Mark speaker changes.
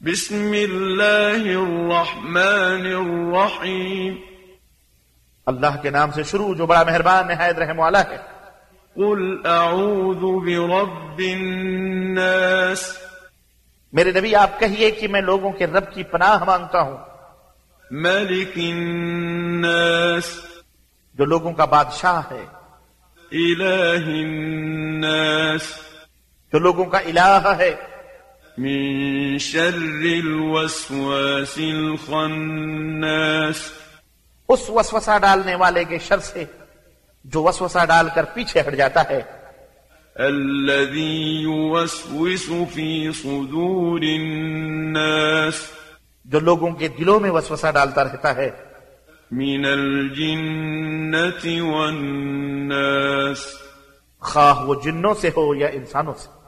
Speaker 1: بسم الله الرحمن الرحيم
Speaker 2: अल्लाह के नाम से शुरू जो बड़ा मेहरबान नहायत रहम वाला है
Speaker 1: قل أعوذ برب الناس
Speaker 2: मेरे नबी आप कहिए कि मैं लोगों के रब की पनाह मांगता हूं
Speaker 1: ملك الناس
Speaker 2: जो लोगों का बादशाह है
Speaker 1: إله الناس
Speaker 2: जो लोगों का इलाह है
Speaker 1: من شر الوسواس الخناس
Speaker 2: उस वसवसा डालने वाले के शर से जो वसवसा डालकर पीछे हट जाता है
Speaker 1: الذي يوسوس في صدور الناس
Speaker 2: जो लोगों के दिलों में वसवसा डालता रहता है
Speaker 1: من الجنة والناس
Speaker 2: खाह वो जिन्नों से हो या इंसानों से